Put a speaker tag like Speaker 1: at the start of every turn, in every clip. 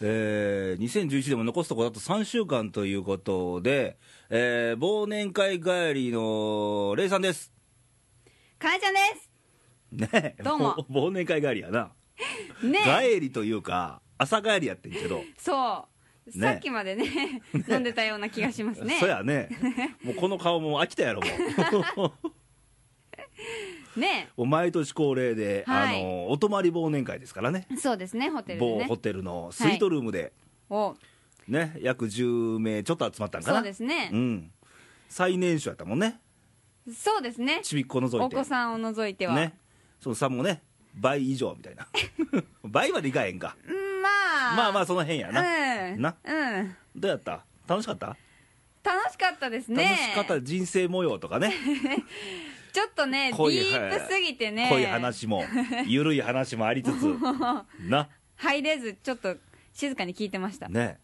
Speaker 1: えー、2011でも残すところだと3週間ということで、えー、忘年会帰りのレイさんです。
Speaker 2: かえちゃんです
Speaker 1: ね
Speaker 2: どうも
Speaker 1: ぼ 忘年会帰りやな。
Speaker 2: ねえ
Speaker 1: 帰りというか、朝帰りやってんけど、
Speaker 2: そう
Speaker 1: ね
Speaker 2: さっきまでね 飲んでたような気がしますね
Speaker 1: そやね、もうこの顔もう飽きたやろ、も う。
Speaker 2: ね
Speaker 1: もう毎年恒例で、
Speaker 2: はい
Speaker 1: あのお泊まり忘年会ですからね、
Speaker 2: えそうですねホテルで
Speaker 1: 某
Speaker 2: ね
Speaker 1: ホテルのスイートルームで、
Speaker 2: お
Speaker 1: ね、約10名ちょっと集まったんかな。
Speaker 2: そうですね
Speaker 1: うん、最年少やったもんね、
Speaker 2: そうですね
Speaker 1: ちびっこのぞいて。
Speaker 2: お子さんを除いては、
Speaker 1: ね、その差もね倍以上みた いな倍までいかへんか
Speaker 2: うんまあ
Speaker 1: まあまあその辺やな、
Speaker 2: うん
Speaker 1: な
Speaker 2: うん
Speaker 1: どうやった楽しかった、
Speaker 2: 楽しかったですね
Speaker 1: 楽しかった人生模様とかね
Speaker 2: ちょっとねデ
Speaker 1: 濃い
Speaker 2: ィープすぎてね
Speaker 1: 濃い話 も緩い話もありつつな
Speaker 2: 入れずちょっと静かに聞いてました
Speaker 1: ね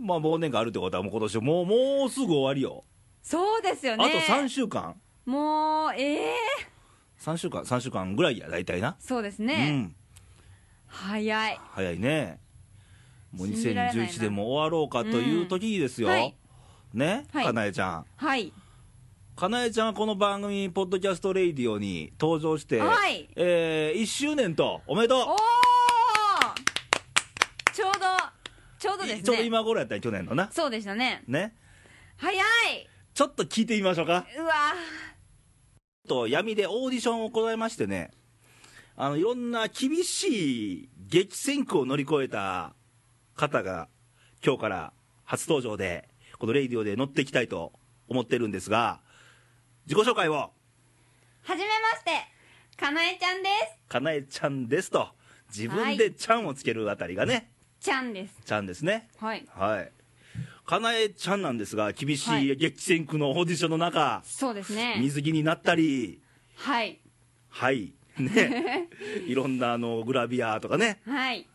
Speaker 1: まあ忘年会あるってことはもう今年もうもうすぐ終わりよ、
Speaker 2: そうですよね
Speaker 1: あと3週間
Speaker 2: もうええ
Speaker 1: 3週間3週間ぐらいや大体な、
Speaker 2: そうです
Speaker 1: う
Speaker 2: ね、
Speaker 1: ん
Speaker 2: 早い
Speaker 1: 早いねもう
Speaker 2: 信じられないな
Speaker 1: 2011でも終わろうかという時ですよ、
Speaker 2: うんはい
Speaker 1: ね、
Speaker 2: はい
Speaker 1: かなえちゃん
Speaker 2: はい
Speaker 1: かなえちゃんはこの番組「ポッドキャスト・レイディオ」に登場して、
Speaker 2: はい
Speaker 1: えー、1周年とおめでとう
Speaker 2: おおちょうどちょうどですね
Speaker 1: ちょうど今頃やったね去年のな
Speaker 2: そうでしたね
Speaker 1: ね
Speaker 2: 早い
Speaker 1: ちょっと聞いてみましょうか
Speaker 2: うわ
Speaker 1: と闇でオーディションを行いましてねあのいろんな厳しい激戦区を乗り越えた方が今日から初登場でこの「レイディオ」で乗っていきたいと思ってるんですが自己紹介を
Speaker 2: はじめましてかなえちゃんで
Speaker 1: かなえちゃんですと自分で「ちゃん」をつけるあたりがね、
Speaker 2: すちゃんです
Speaker 1: ちゃんですね
Speaker 2: はい
Speaker 1: はいかなえちゃんなんですが厳
Speaker 2: は
Speaker 1: しい
Speaker 2: い
Speaker 1: 激戦区のオーディションの中、
Speaker 2: そうですね
Speaker 1: 水着になったり
Speaker 2: はい
Speaker 1: はい ねいろんなあのグラビアとかね
Speaker 2: はい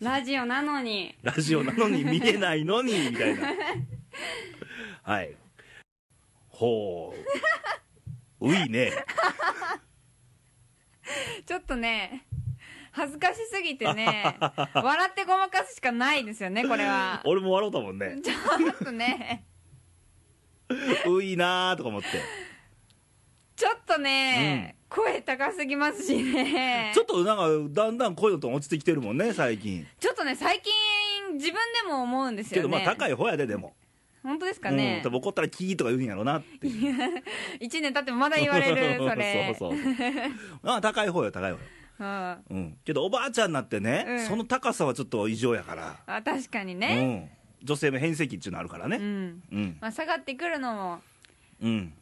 Speaker 2: ラジオなのに
Speaker 1: ラジオなの に見えないのにみたいなはいほうういね
Speaker 2: ちょっとね恥ずかしすぎて ね笑ってごまかすしかないですよねこれは
Speaker 1: 俺も笑うたもんね
Speaker 2: ちょっとね
Speaker 1: ういなーとか思って
Speaker 2: ちょっとね、声高すぎますしね
Speaker 1: ちょっとなんかだんだん声のトーン落ちてきてるもんね最近
Speaker 2: ちょっとね最近自分でも思うんです
Speaker 1: け
Speaker 2: よ
Speaker 1: ど
Speaker 2: ね
Speaker 1: まあ高い方やででも、
Speaker 2: 本当ですか
Speaker 1: うん
Speaker 2: ね
Speaker 1: 多分怒ったらキーとか言うんやろうなっていう
Speaker 2: 1年経ってもまだ言われるそ れ
Speaker 1: そうそうそうま あ高い方よ高い方よ
Speaker 2: うんあ
Speaker 1: うんけどおばあちゃんになってね、
Speaker 2: うん
Speaker 1: その高さはちょっと異常やから、
Speaker 2: 確かに
Speaker 1: う
Speaker 2: ね
Speaker 1: ん、女性の変積っていうのあるから
Speaker 2: うん、
Speaker 1: ねうん
Speaker 2: まあ、下がってくるのも
Speaker 1: うん、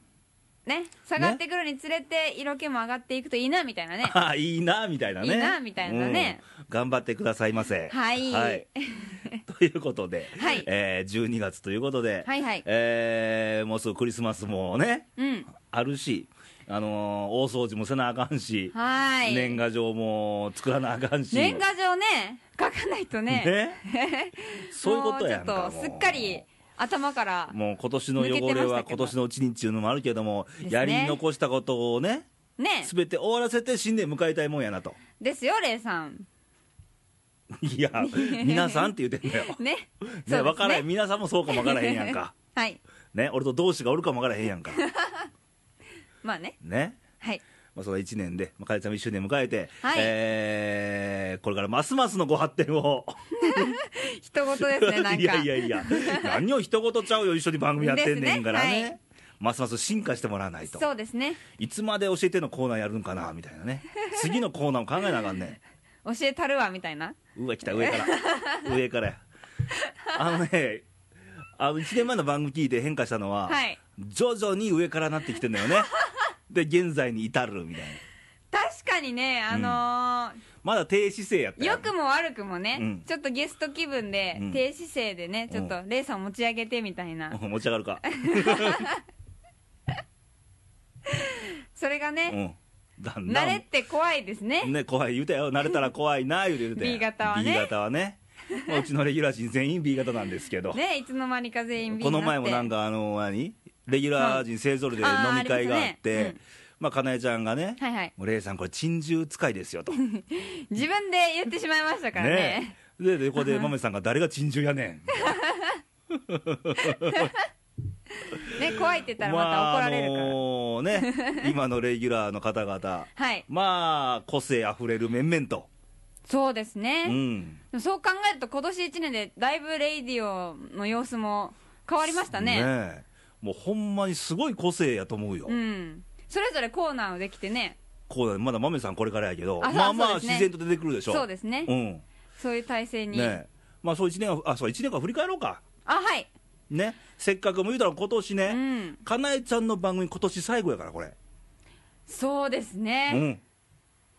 Speaker 2: ね下がってくるにつれて色気も上がっていくといいなみたいなね
Speaker 1: ああいいなみたいなね
Speaker 2: いいなみたいなね、
Speaker 1: うん頑張ってくださいませ
Speaker 2: はい
Speaker 1: ということで、
Speaker 2: はい
Speaker 1: えー12月ということで、
Speaker 2: はいはい
Speaker 1: えーもうすぐクリスマスもね
Speaker 2: うん
Speaker 1: あるし、あのー大掃除もせなあかんし、
Speaker 2: はーい
Speaker 1: 年賀状も作らなあかんし
Speaker 2: 年賀状ね書かないとね
Speaker 1: ねそういうことやんか
Speaker 2: もうちょっとすっかり頭から
Speaker 1: もう今年の汚れは今年のうちにっていうのもあるけども、
Speaker 2: ですね
Speaker 1: やり残したことをね、
Speaker 2: ね
Speaker 1: すべて終わらせて新年迎えたいもんや なと、
Speaker 2: ですよレイさ ん
Speaker 1: いや、皆さんって言ってんのよ、ね
Speaker 2: ね そうです
Speaker 1: 分からへん、皆さんもそうかも分からへんやんか、
Speaker 2: はい
Speaker 1: ね、俺と同志がおるかも分からへんやんか、
Speaker 2: まあね
Speaker 1: ね、
Speaker 2: はい
Speaker 1: まあ、その1年で、まあ、かえちゃんも1周年迎えて、
Speaker 2: はい
Speaker 1: えーこれからますますのご発展を、
Speaker 2: 一言ですねな んか
Speaker 1: いやいやいや、何を一言ちゃうよ、一緒に番組やってんねんからね、
Speaker 2: ですねはい
Speaker 1: ますます進化してもらわないと。
Speaker 2: そうですね
Speaker 1: いつまで教えてのコーナーやるんかなみたいなね次のコーナーも考えなあかんね
Speaker 2: 教えたるわみたいなん
Speaker 1: うわ来た上から上からやあのねあの1年前の番組聞いて変化したのは、
Speaker 2: はい
Speaker 1: 徐々に上からなってきてんだよ ねで現在に至るみたいな
Speaker 2: 確かにねあの
Speaker 1: まだ低姿勢やった
Speaker 2: ー良くも悪くもね、
Speaker 1: うん
Speaker 2: ちょっとゲスト気分で、
Speaker 1: うん
Speaker 2: 低姿勢でねちょっとレイさんを持ち上げてみたいな、
Speaker 1: うん持ち上がるか、
Speaker 2: それが
Speaker 1: う
Speaker 2: ね、
Speaker 1: ん、だんだ
Speaker 2: 慣れっ
Speaker 1: ん
Speaker 2: て怖いですね
Speaker 1: ね怖い言うたよ慣れたら怖いな言うて言うて
Speaker 2: B 型はね
Speaker 1: B 型はねまあうちのレギュラー陣全員 B 型なんですけど
Speaker 2: ねいつの間にか全員 B
Speaker 1: こ
Speaker 2: にな
Speaker 1: の
Speaker 2: っ
Speaker 1: 前
Speaker 2: て
Speaker 1: もなんかあの何レギュラー陣勢ぞろいで飲み会があっ
Speaker 2: うんあーありますね
Speaker 1: て
Speaker 2: うん
Speaker 1: まあかなえちゃんがね
Speaker 2: はいはい
Speaker 1: 「もうレイさんこれ珍獣使いですよ」とね
Speaker 2: 自分で言ってしまいましたからね
Speaker 1: で、でここ で豆さんが、誰が珍獣やねん。
Speaker 2: ね怖いって言ったらまた怒られるか
Speaker 1: ま
Speaker 2: ら、
Speaker 1: ああのね、今のレギュラーの方々、
Speaker 2: はい
Speaker 1: まあ、個性あふれる面々と。
Speaker 2: そうです
Speaker 1: う
Speaker 2: ね、
Speaker 1: ん。
Speaker 2: でもそう考えると今年1年でだいぶレイディオの様子も変わりましたね
Speaker 1: ねえもうほんまにすごい個性やと思うよ。
Speaker 2: うんそれぞれコーナーをできてね
Speaker 1: こうだねまだ豆さんこれからやけど、
Speaker 2: あ
Speaker 1: まあまあ
Speaker 2: そうですね
Speaker 1: 自然と出てくるでしょ。
Speaker 2: そうですね、
Speaker 1: うん。
Speaker 2: そういう体制に、
Speaker 1: ねえまあそう一年は、あ、そう一年間振り返ろうか。
Speaker 2: あはい
Speaker 1: ね。せっかくも言うたら今年
Speaker 2: う
Speaker 1: ね、
Speaker 2: ん
Speaker 1: かなえちゃんの番組今年最後やから、これ。
Speaker 2: そうですね、
Speaker 1: うん。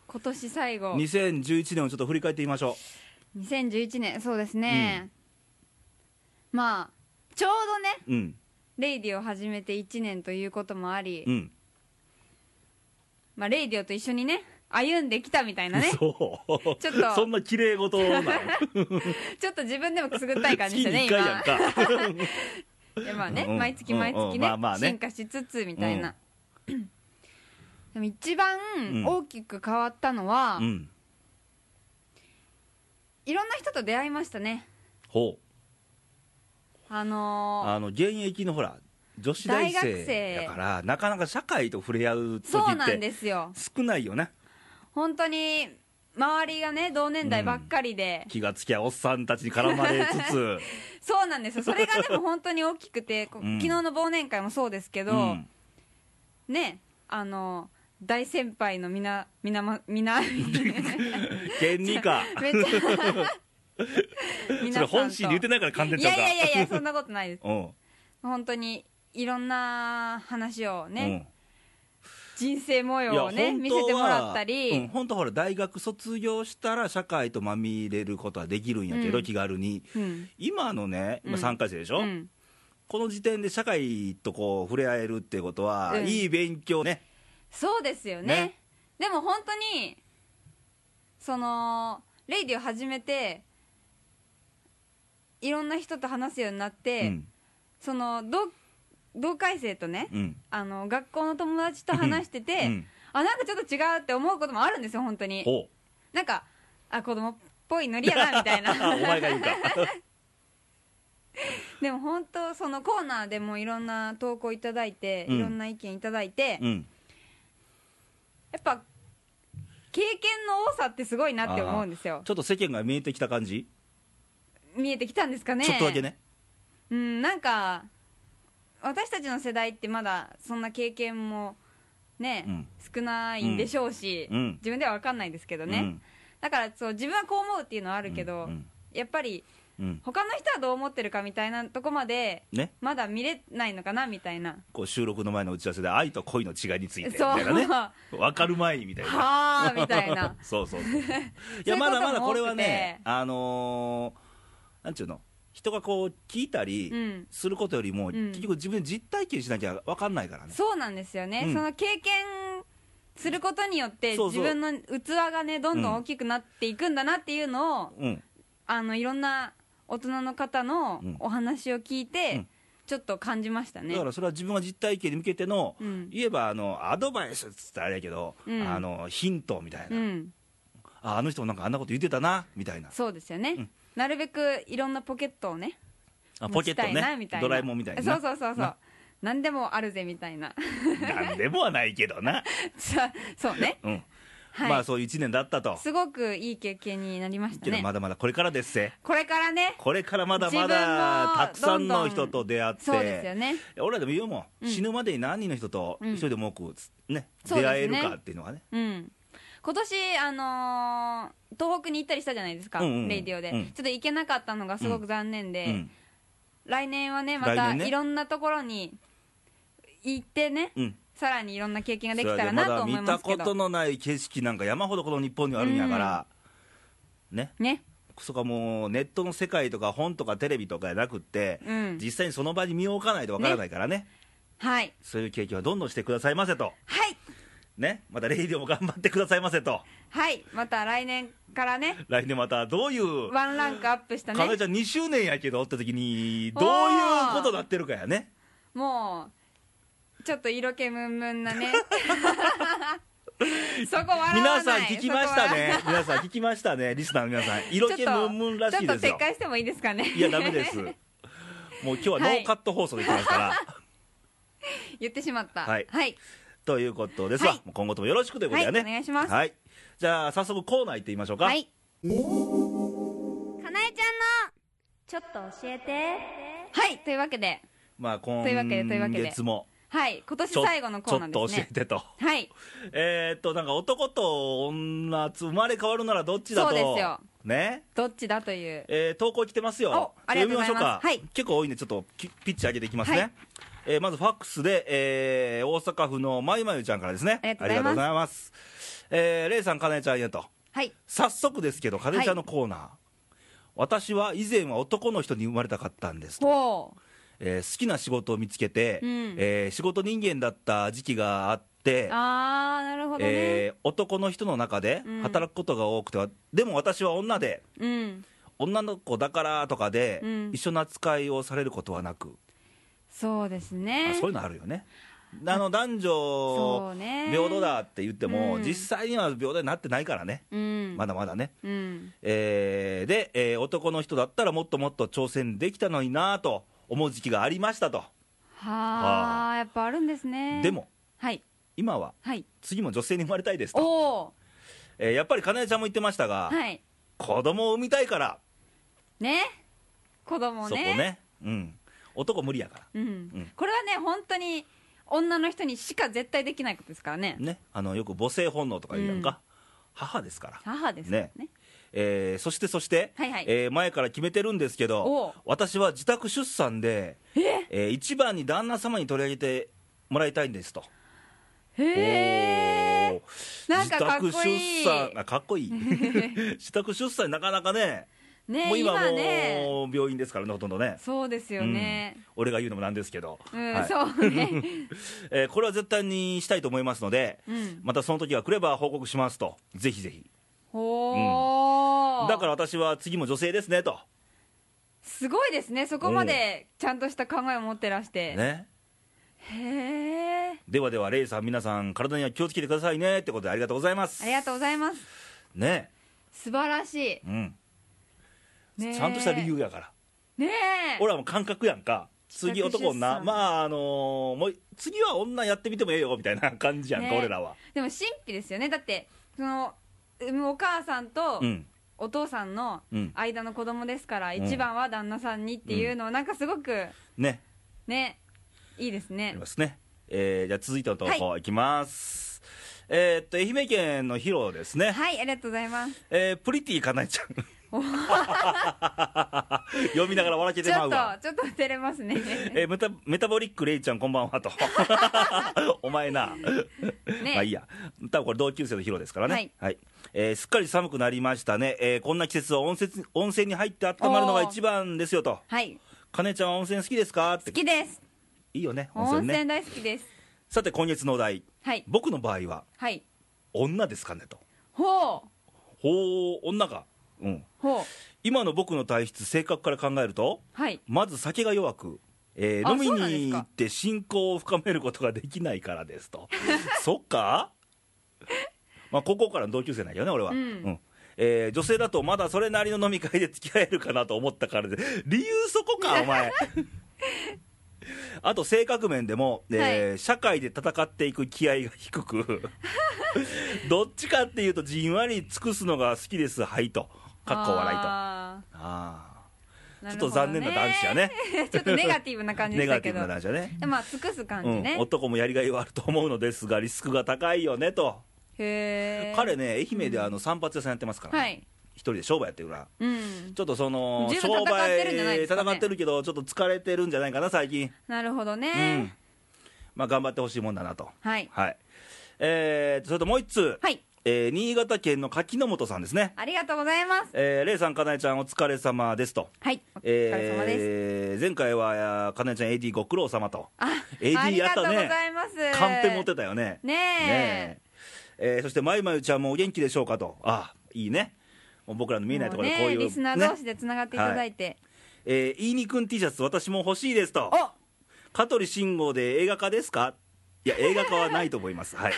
Speaker 2: 今年最後
Speaker 1: 2011年をちょっと振り返ってみましょ
Speaker 2: 2011年そうですね、まあちょうどね
Speaker 1: う。うん。
Speaker 2: レイディを始めて1年ということもあり、
Speaker 1: うん。
Speaker 2: まあ、レイディオと一緒にね歩んできたみたいなね
Speaker 1: そう。
Speaker 2: ちょっ と
Speaker 1: そんな綺麗事なん。
Speaker 2: ちょっと自分でもくすぐったい感じ
Speaker 1: 月
Speaker 2: でね
Speaker 1: に一
Speaker 2: 今
Speaker 1: 回やんか。
Speaker 2: いやまあね、
Speaker 1: うんうん
Speaker 2: 毎月毎
Speaker 1: うんう
Speaker 2: 月
Speaker 1: ん
Speaker 2: ね,、
Speaker 1: まあまあね
Speaker 2: 進化しつつみたいな、でも一番
Speaker 1: ん
Speaker 2: 大きく変わったのは、
Speaker 1: うん。
Speaker 2: いろんな人と出会いましたね
Speaker 1: ほう。
Speaker 2: あのー
Speaker 1: あの、現役のほら、女子大
Speaker 2: 大学生
Speaker 1: 生だから、なかなか社会と触れ合う時
Speaker 2: そう
Speaker 1: っ
Speaker 2: なん
Speaker 1: て
Speaker 2: ですよ
Speaker 1: 少ないよね。
Speaker 2: 本当に周りがね同年代ばっかりで、
Speaker 1: 気がつきゃおっさんたちに絡まれつつ。
Speaker 2: そうなんですよそれがでも本当に大きくて、こ
Speaker 1: うん
Speaker 2: 昨日の忘年会も そうですけど、
Speaker 1: うん
Speaker 2: ねあの大先輩のみなみなま みな
Speaker 1: 県にか。
Speaker 2: めっちゃ
Speaker 1: それ
Speaker 2: 皆さんと
Speaker 1: 本心で言ってないから噛んでっ
Speaker 2: い
Speaker 1: ちゃう
Speaker 2: や
Speaker 1: か。
Speaker 2: いやいやいやそんなことないです
Speaker 1: うん。
Speaker 2: 本当にいろんな話をね、人生模
Speaker 1: うん。
Speaker 2: 様をね
Speaker 1: 本当は
Speaker 2: 見せてもらったり、
Speaker 1: うん、本当はほら、大学卒業したら社会とまみれることはできるんやけど、
Speaker 2: うん
Speaker 1: 気軽に。
Speaker 2: うん
Speaker 1: 今のね、今
Speaker 2: うん
Speaker 1: 3回生でし
Speaker 2: う
Speaker 1: ょ、
Speaker 2: ん
Speaker 1: この時点で社会とこう触れ合えるってことは、
Speaker 2: うん
Speaker 1: いい勉強ね、
Speaker 2: そうですよね
Speaker 1: ね
Speaker 2: でも本当にそのレイディを始めていろんな人と話すようになっ
Speaker 1: う
Speaker 2: て、
Speaker 1: ん
Speaker 2: その同同回生とね、
Speaker 1: うん
Speaker 2: あの学校の友達と話してて、
Speaker 1: うん
Speaker 2: あなんかちょっと違うって思うこともあるんですよ本当に
Speaker 1: お
Speaker 2: なんかあ子供っぽいノリや なみたいな
Speaker 1: あお前が言うか
Speaker 2: でも本当そのコーナーでもいろんな投稿いただいて、
Speaker 1: うん
Speaker 2: いろんな意見いただいて、
Speaker 1: うん
Speaker 2: やっぱ経験の多さってすごいなって思うんですよ
Speaker 1: ちょっと世間が見えてきた感じ、
Speaker 2: 見えてきたんですかね
Speaker 1: ちょっとだけね
Speaker 2: うんなんか私たちの世代ってまだそんな経験もね、
Speaker 1: うん
Speaker 2: 少ないんでしょうし、
Speaker 1: うん
Speaker 2: 自分では分かんないですけどね、
Speaker 1: うん
Speaker 2: だからそう自分はこう思うっていうのはあるけど、
Speaker 1: うん
Speaker 2: やっぱり
Speaker 1: うん
Speaker 2: 他の人はどう思ってるかみたいなとこまで
Speaker 1: ね
Speaker 2: まだ見れないのかなみたいな
Speaker 1: こう収録の前の打ち合わせで愛と恋の違いについてみ
Speaker 2: そう
Speaker 1: たいなね分かる前にみたいな
Speaker 2: はあみたいな
Speaker 1: そうそう そうい
Speaker 2: そういうこと
Speaker 1: や
Speaker 2: も
Speaker 1: まだまだこれはね
Speaker 2: 多く
Speaker 1: あのーなんちゅうの人がこう聞いたり
Speaker 2: うん
Speaker 1: することよりも、
Speaker 2: ん
Speaker 1: 結局自分で実体験しなきゃ分かんないからね
Speaker 2: そうなんですよね、
Speaker 1: うん
Speaker 2: その経験することによって
Speaker 1: そうそう
Speaker 2: 自分の器がねどんどん大きくなっていくんだなっていうのを、
Speaker 1: うん
Speaker 2: あのいろんな大人の方の
Speaker 1: うん
Speaker 2: お話を聞いて、
Speaker 1: うん
Speaker 2: ちょっと感じましたね
Speaker 1: だからそれは自分が実体験に向けての、
Speaker 2: うん
Speaker 1: 言えばあのアドバイスっつったらあれやけど、
Speaker 2: うん
Speaker 1: あのヒントみたいな、
Speaker 2: うん
Speaker 1: ああの人もなんかあんなこと言ってたなみたいな
Speaker 2: そうですよね、
Speaker 1: うん
Speaker 2: なるべくいろんなポケットをね
Speaker 1: あポケット
Speaker 2: 持ちたいな
Speaker 1: ね
Speaker 2: みたいな
Speaker 1: ドラえもんみたいな
Speaker 2: そうそうそうそう
Speaker 1: な
Speaker 2: 何でもあるぜみたいな
Speaker 1: なんでもはないけどな、
Speaker 2: さそ うね
Speaker 1: うん
Speaker 2: はい、
Speaker 1: まあそういう1年だったと、
Speaker 2: すごくいい経験になりました
Speaker 1: けど
Speaker 2: ね
Speaker 1: まだまだこれからですせ
Speaker 2: これからね
Speaker 1: これからまだまだ
Speaker 2: 自分も
Speaker 1: たくさん
Speaker 2: ど
Speaker 1: の
Speaker 2: んどん
Speaker 1: 人と出会って
Speaker 2: そうですよね
Speaker 1: 俺らでも言うもん、
Speaker 2: うん
Speaker 1: 死ぬまでに何人の人と
Speaker 2: うん
Speaker 1: 一人でも多くつ、ね
Speaker 2: そうですね
Speaker 1: 出会えるかっていうのはね
Speaker 2: うん今年あのー東北に行ったりしたじゃないですか、
Speaker 1: うんうんうん
Speaker 2: レイディオで、
Speaker 1: うん
Speaker 2: ちょっと行けなかったのがすごく残念で、
Speaker 1: うん
Speaker 2: 来年はねま
Speaker 1: 来
Speaker 2: た
Speaker 1: 年ね
Speaker 2: いろんなところに行ってね
Speaker 1: うん
Speaker 2: さらにいろんな経験ができた
Speaker 1: そ
Speaker 2: ら
Speaker 1: れ
Speaker 2: な
Speaker 1: ま
Speaker 2: と
Speaker 1: だ
Speaker 2: 思い
Speaker 1: 見
Speaker 2: ま
Speaker 1: た
Speaker 2: すけ
Speaker 1: こと
Speaker 2: ど
Speaker 1: のない景色なんか山ほどこの日本にはあるんやから、ね
Speaker 2: ね
Speaker 1: そこはもうネットの世界とか本とかテレビとかじゃなくって、
Speaker 2: うん
Speaker 1: 実際にその場に身を置かないとわからないからね
Speaker 2: はい
Speaker 1: そういう経験はどんどんしてくださいませと
Speaker 2: はい
Speaker 1: ねまたレイディオも頑張ってくださいませと
Speaker 2: はいまた来年からね
Speaker 1: 来年またどういう、
Speaker 2: ワンランクアップした
Speaker 1: かなえ
Speaker 2: ね
Speaker 1: ちゃん2周年やけどって時にどういうことなってるかやね
Speaker 2: もうちょっと色気ムンムンなねそこ笑わない
Speaker 1: 皆さん聞きましたね
Speaker 2: そこ笑わない。
Speaker 1: 皆さん聞きましたね。リスナーの皆さん。色気
Speaker 2: ちょっ
Speaker 1: ム
Speaker 2: と
Speaker 1: ンムンらしい
Speaker 2: ちょ
Speaker 1: で
Speaker 2: っ
Speaker 1: す
Speaker 2: と
Speaker 1: よ
Speaker 2: 撤。回してもいいですかね
Speaker 1: いや、ダメです。もう今日はノーカット放送できますから。
Speaker 2: 言ってしまった
Speaker 1: はい
Speaker 2: はい、
Speaker 1: ということですわ。
Speaker 2: はい
Speaker 1: 今後ともよろしくということだね。
Speaker 2: はいお願いします
Speaker 1: はい。じゃあ、早速コーナー行ってみましょうか。
Speaker 2: はい
Speaker 3: かなえちゃんのちょっと教えて
Speaker 2: はいというわけで
Speaker 1: まあ、今
Speaker 2: というわけでというわけで
Speaker 1: 月も、
Speaker 2: はい今年
Speaker 1: ちょ
Speaker 2: 最後の
Speaker 1: ち
Speaker 2: コ
Speaker 1: ょ
Speaker 2: ーナ
Speaker 1: っ
Speaker 2: ー
Speaker 1: と
Speaker 2: で
Speaker 1: 教
Speaker 2: す
Speaker 1: え
Speaker 2: ね
Speaker 1: てと。
Speaker 2: はい
Speaker 1: えーっと、なんか男と女、生まれ変わるならどっちだと。
Speaker 2: そうですよ。
Speaker 1: ね。
Speaker 2: どっちだという
Speaker 1: えー投稿来てますよ。
Speaker 2: おありがとうご
Speaker 1: 読みま
Speaker 2: ざいます
Speaker 1: しょうか。
Speaker 2: はい
Speaker 1: 結構多いんで、ちょっときピッチ上げていきますね。
Speaker 2: はい
Speaker 1: えーまずファックスで、えー大阪府のまゆまゆちゃんからですね。
Speaker 2: ありがとうござい
Speaker 1: あり
Speaker 2: ます
Speaker 1: がとうございます。えー、れいさん、かねちゃんへと。
Speaker 2: はい
Speaker 1: 早速ですけど、かねちゃんのコーナー。私は以前は男の人に生まれたかったんですと、
Speaker 2: ほ
Speaker 1: えー好きな仕事を見つけて、
Speaker 2: うん
Speaker 1: えー仕事人間だった時期があって
Speaker 2: うああなるほどね、
Speaker 1: えー男の人の中で
Speaker 2: うん
Speaker 1: 働くことが多くては、でも私は女で
Speaker 2: うん
Speaker 1: 女の子だからとかで、
Speaker 2: うん
Speaker 1: 一緒の扱いをされることはなく、
Speaker 2: そうで
Speaker 1: あ
Speaker 2: すね
Speaker 1: そういうのあるよねあの男
Speaker 2: そ
Speaker 1: 女
Speaker 2: うね
Speaker 1: 平等だって言っても、
Speaker 2: うん
Speaker 1: 実際には平等になってないからね
Speaker 2: うん
Speaker 1: まだまだね、
Speaker 2: うん
Speaker 1: えーで、えー男の人だったらもっともっと挑戦できたのになぁと思う時期がありましたと、
Speaker 2: は
Speaker 1: は
Speaker 2: あやっぱあるんですね
Speaker 1: でも
Speaker 2: はい
Speaker 1: 今は
Speaker 2: はい
Speaker 1: 次も女性に生まれたいですと、
Speaker 2: おお
Speaker 1: えーやっぱりかなえちゃんも言ってましたが、
Speaker 2: はい
Speaker 1: 子供を産みたいから
Speaker 2: ね子供
Speaker 1: そこね、うん、男無理やか
Speaker 2: うん
Speaker 1: うん
Speaker 2: これはね本当に女の人にしか絶対できないことですからね
Speaker 1: ら、ね、あのよく母性本能とか言うやんか、
Speaker 2: うん
Speaker 1: 母ですから、
Speaker 2: 母ですからね
Speaker 1: えーそしてそして、
Speaker 2: はいはい
Speaker 1: えー前から決めてるんですけ
Speaker 2: おう
Speaker 1: ど、私は自宅出産で、えー一番に旦那様に取り上げてもらいたいんですと。
Speaker 2: へえ
Speaker 1: おー
Speaker 2: なんかかっこいい
Speaker 1: 自宅出産あかっこいい 自宅出産なかなかね
Speaker 2: ね
Speaker 1: もう今
Speaker 2: 今
Speaker 1: も
Speaker 2: ね
Speaker 1: う病院ですからねほとんどね
Speaker 2: そうですよね
Speaker 1: うん、俺が言うのもなんですけど、
Speaker 2: うん、
Speaker 1: はい
Speaker 2: そう ね
Speaker 1: えーこれは絶対にしたいと思いますので、
Speaker 2: うん
Speaker 1: またその時が来れば報告しますとぜひぜひ
Speaker 2: ほー
Speaker 1: だから私は次も女性ですねと
Speaker 2: すごいですねそこまでちゃんとした考えを持ってらして、
Speaker 1: ね
Speaker 2: へえ
Speaker 1: ではではレイさん皆さん体には気をつけてくださいねってことでありがとうございます
Speaker 2: ありがとうございます
Speaker 1: ね
Speaker 2: 素晴らし
Speaker 1: うん
Speaker 2: い、ねえ
Speaker 1: ちゃんとした理由やから
Speaker 2: ねえ
Speaker 1: 俺はもう感覚やんか次男
Speaker 2: 自宅出
Speaker 1: 女
Speaker 2: 産
Speaker 1: まああのーもう次は女やってみてもええよみたいな感じやんか、
Speaker 2: ね
Speaker 1: 俺らは
Speaker 2: でも神秘ですよねだってそのうんお母さんと
Speaker 1: うん
Speaker 2: お父さんの
Speaker 1: うん
Speaker 2: 間の子供ですから、
Speaker 1: ん
Speaker 2: 一番は旦那さんにっていうのをなんかすごく
Speaker 1: ね
Speaker 2: ねいいです
Speaker 1: あり
Speaker 2: ね
Speaker 1: ますね、えーじゃあ続いての投稿いきます、えーっと愛媛県のヒロですね、
Speaker 2: はいありがとうございます
Speaker 1: えープリティかなえ ちゃん読みながら笑けて
Speaker 2: ち
Speaker 1: ま
Speaker 2: ょ
Speaker 1: う
Speaker 2: っ
Speaker 1: わ
Speaker 2: とちょっと照 れますね
Speaker 1: えーメタメタボリックレイちゃんこんばんは とお前な
Speaker 2: ね
Speaker 1: まあいいや、多分これ、同級生のヒロですからね、
Speaker 2: は
Speaker 1: はいいえーすっかり寒くなりましたね、えーこんな季節は温泉温泉に入って温まるのが一番ですよと、
Speaker 2: はい
Speaker 1: かねちゃんは温泉好きですかって
Speaker 2: 好、きです
Speaker 1: いいよね、温
Speaker 2: 温
Speaker 1: 泉ね。
Speaker 2: 泉大好きです
Speaker 1: さて、今月のお題、
Speaker 2: はい
Speaker 1: 僕の場合は、
Speaker 2: はい
Speaker 1: 女ですかねと、
Speaker 2: ほう
Speaker 1: ほう、女か、うん、
Speaker 2: ほう
Speaker 1: 今の僕の体質、性格から考えると、
Speaker 2: はい
Speaker 1: まず酒が弱く、えー
Speaker 2: あ
Speaker 1: 飲み
Speaker 2: そうなんです
Speaker 1: に
Speaker 2: か
Speaker 1: 行って信仰を深めることができないからです とそっかまあ高校からの同級生なんだよね俺は、
Speaker 2: うん
Speaker 1: えー女性だとまだそれなりの飲み会で付き合えるかなと思ったからで理由そこかお 前あと性格面でも、えー社会で戦っていく気合が低 くどっちかっていうとじんわり尽くすのが好きですはいとかっこ笑いとあ
Speaker 2: あ
Speaker 1: あ
Speaker 2: ーな
Speaker 1: ちょっと
Speaker 2: るほど
Speaker 1: 残
Speaker 2: ね
Speaker 1: 念な男子やね
Speaker 2: ちょっとネガティブな感じ で
Speaker 1: ネ
Speaker 2: した
Speaker 1: ガ
Speaker 2: け
Speaker 1: ティ
Speaker 2: ど
Speaker 1: ブな男子やね
Speaker 2: でまあ尽くす感じね、
Speaker 1: うん、男もやりがいはあると思うのですがリスクが高いよねと、
Speaker 2: へえ
Speaker 1: 彼ね愛媛であの散髪屋さんやってますから、
Speaker 2: は
Speaker 1: ね
Speaker 2: い
Speaker 1: 一人で商売やってるから
Speaker 2: うん
Speaker 1: ちょっとその
Speaker 2: 十分
Speaker 1: 商
Speaker 2: 戦ってるんじゃない
Speaker 1: 売
Speaker 2: ですかね
Speaker 1: 戦ってるけどちょっと疲れてるんじゃないかな最近、
Speaker 2: なるほど
Speaker 1: う
Speaker 2: ね
Speaker 1: ん、まあ頑張ってほしいもんだなと
Speaker 2: はい
Speaker 1: はいえー、それともう一通、
Speaker 2: はい
Speaker 1: えー新潟県の柿の本さんですね
Speaker 2: ありがとうございます
Speaker 1: えー、レイさんかなえちゃんお疲れ様ですと
Speaker 2: はいお疲れ様です、
Speaker 1: えー前回はかなえちゃん AD ご苦労様と
Speaker 2: ああ
Speaker 1: AD
Speaker 2: り
Speaker 1: や
Speaker 2: が
Speaker 1: っ
Speaker 2: とう
Speaker 1: た
Speaker 2: ご
Speaker 1: ね
Speaker 2: ざいます
Speaker 1: カンペ持ってたよね
Speaker 2: ね
Speaker 1: ね
Speaker 2: え
Speaker 1: ええーそしてまゆまゆちゃんもお元気でしょうかとあいいねもう僕らの見えないところでこう
Speaker 2: も
Speaker 1: いうう
Speaker 2: ねリスナー同士でつながっていただいて、
Speaker 1: えー、いいにくん T シャツ私も欲しいですと香取慎吾で映画化ですかいや、映画化はないと思います。 はい。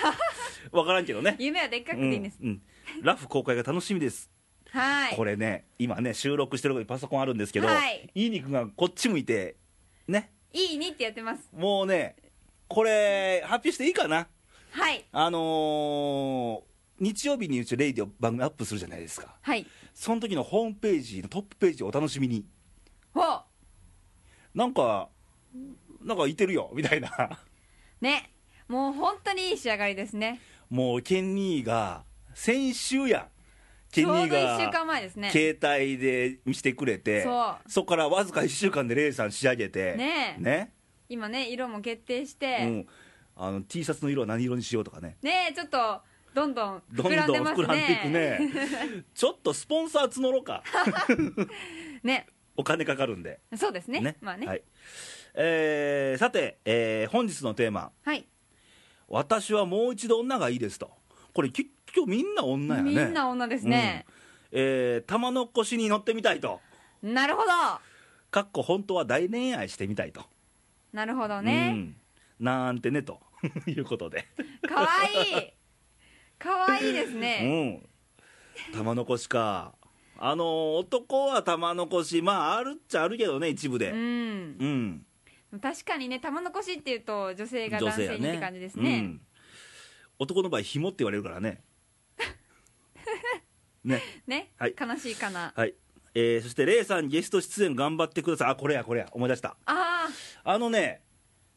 Speaker 1: わからんけどね。
Speaker 2: 夢はでっかくていいんです。
Speaker 1: うんうんラフ公開が楽しみです。
Speaker 2: はい。
Speaker 1: これね、今ね、収録してるとこにパソコンあるんですけど、
Speaker 2: はい
Speaker 1: いい肉がこっち向いて、ね、
Speaker 2: いいにってやってます。
Speaker 1: もうね、これ、発表していいかな、
Speaker 2: はい。
Speaker 1: あのー日曜日にうち、レイディオ番組アップするじゃないですか、
Speaker 2: はい。
Speaker 1: その時のホームページのトップページをお楽しみに、
Speaker 2: ほう。
Speaker 1: なんか、なんかいてるよみたいな、
Speaker 2: ね。もう本当にいい仕上がりですね。
Speaker 1: もうケンニーが、先週やん、ケ
Speaker 2: ち
Speaker 1: ンニ
Speaker 2: ょう
Speaker 1: ー
Speaker 2: ど1週
Speaker 1: が
Speaker 2: 間前ですね。
Speaker 1: 携帯で見せてくれて、
Speaker 2: そう
Speaker 1: そこからわずか1週間でレイさん仕上げて、
Speaker 2: ねえ
Speaker 1: ね
Speaker 2: 今ね、色も決定し
Speaker 1: う
Speaker 2: て、
Speaker 1: ん、あの T シャツの色は何色にしようとかね、
Speaker 2: ねちょっと、どんどん
Speaker 1: どんど
Speaker 2: 膨
Speaker 1: ん
Speaker 2: らんでますね。
Speaker 1: 膨らんでいくね、ちょっとスポンサー募ろうか、
Speaker 2: ね。
Speaker 1: お金かかるんで、
Speaker 2: そうですね。まあね。
Speaker 1: は
Speaker 2: は
Speaker 1: い
Speaker 2: い。
Speaker 1: えーさて、えー本日のテーマ、私はもう一度女がいいですと、これ、結局みんな女やね、
Speaker 2: みんな女ですね。
Speaker 1: うんえー玉の腰に乗ってみたいと、
Speaker 2: なるほど。
Speaker 1: かっこ本当は大恋愛してみたいと、
Speaker 2: なるほど
Speaker 1: う
Speaker 2: ね。
Speaker 1: んなんてねと いうことで、
Speaker 2: かわいい。かわいいです
Speaker 1: う
Speaker 2: ね。
Speaker 1: ん、玉の腰か。あのー男は玉の腰、まあ、あるっちゃあるけどね、一部で。
Speaker 2: うん。
Speaker 1: うん、
Speaker 2: 確かにね玉残しっていうと女性が男性にって感じです
Speaker 1: う
Speaker 2: ね
Speaker 1: ん、男の場合紐って言われるから ねね
Speaker 2: ね
Speaker 1: はい
Speaker 2: 悲しいかな
Speaker 1: はい、えーそしてレイさんゲスト出演頑張ってくださいあこれやこれや思い出した
Speaker 2: あ
Speaker 1: あのね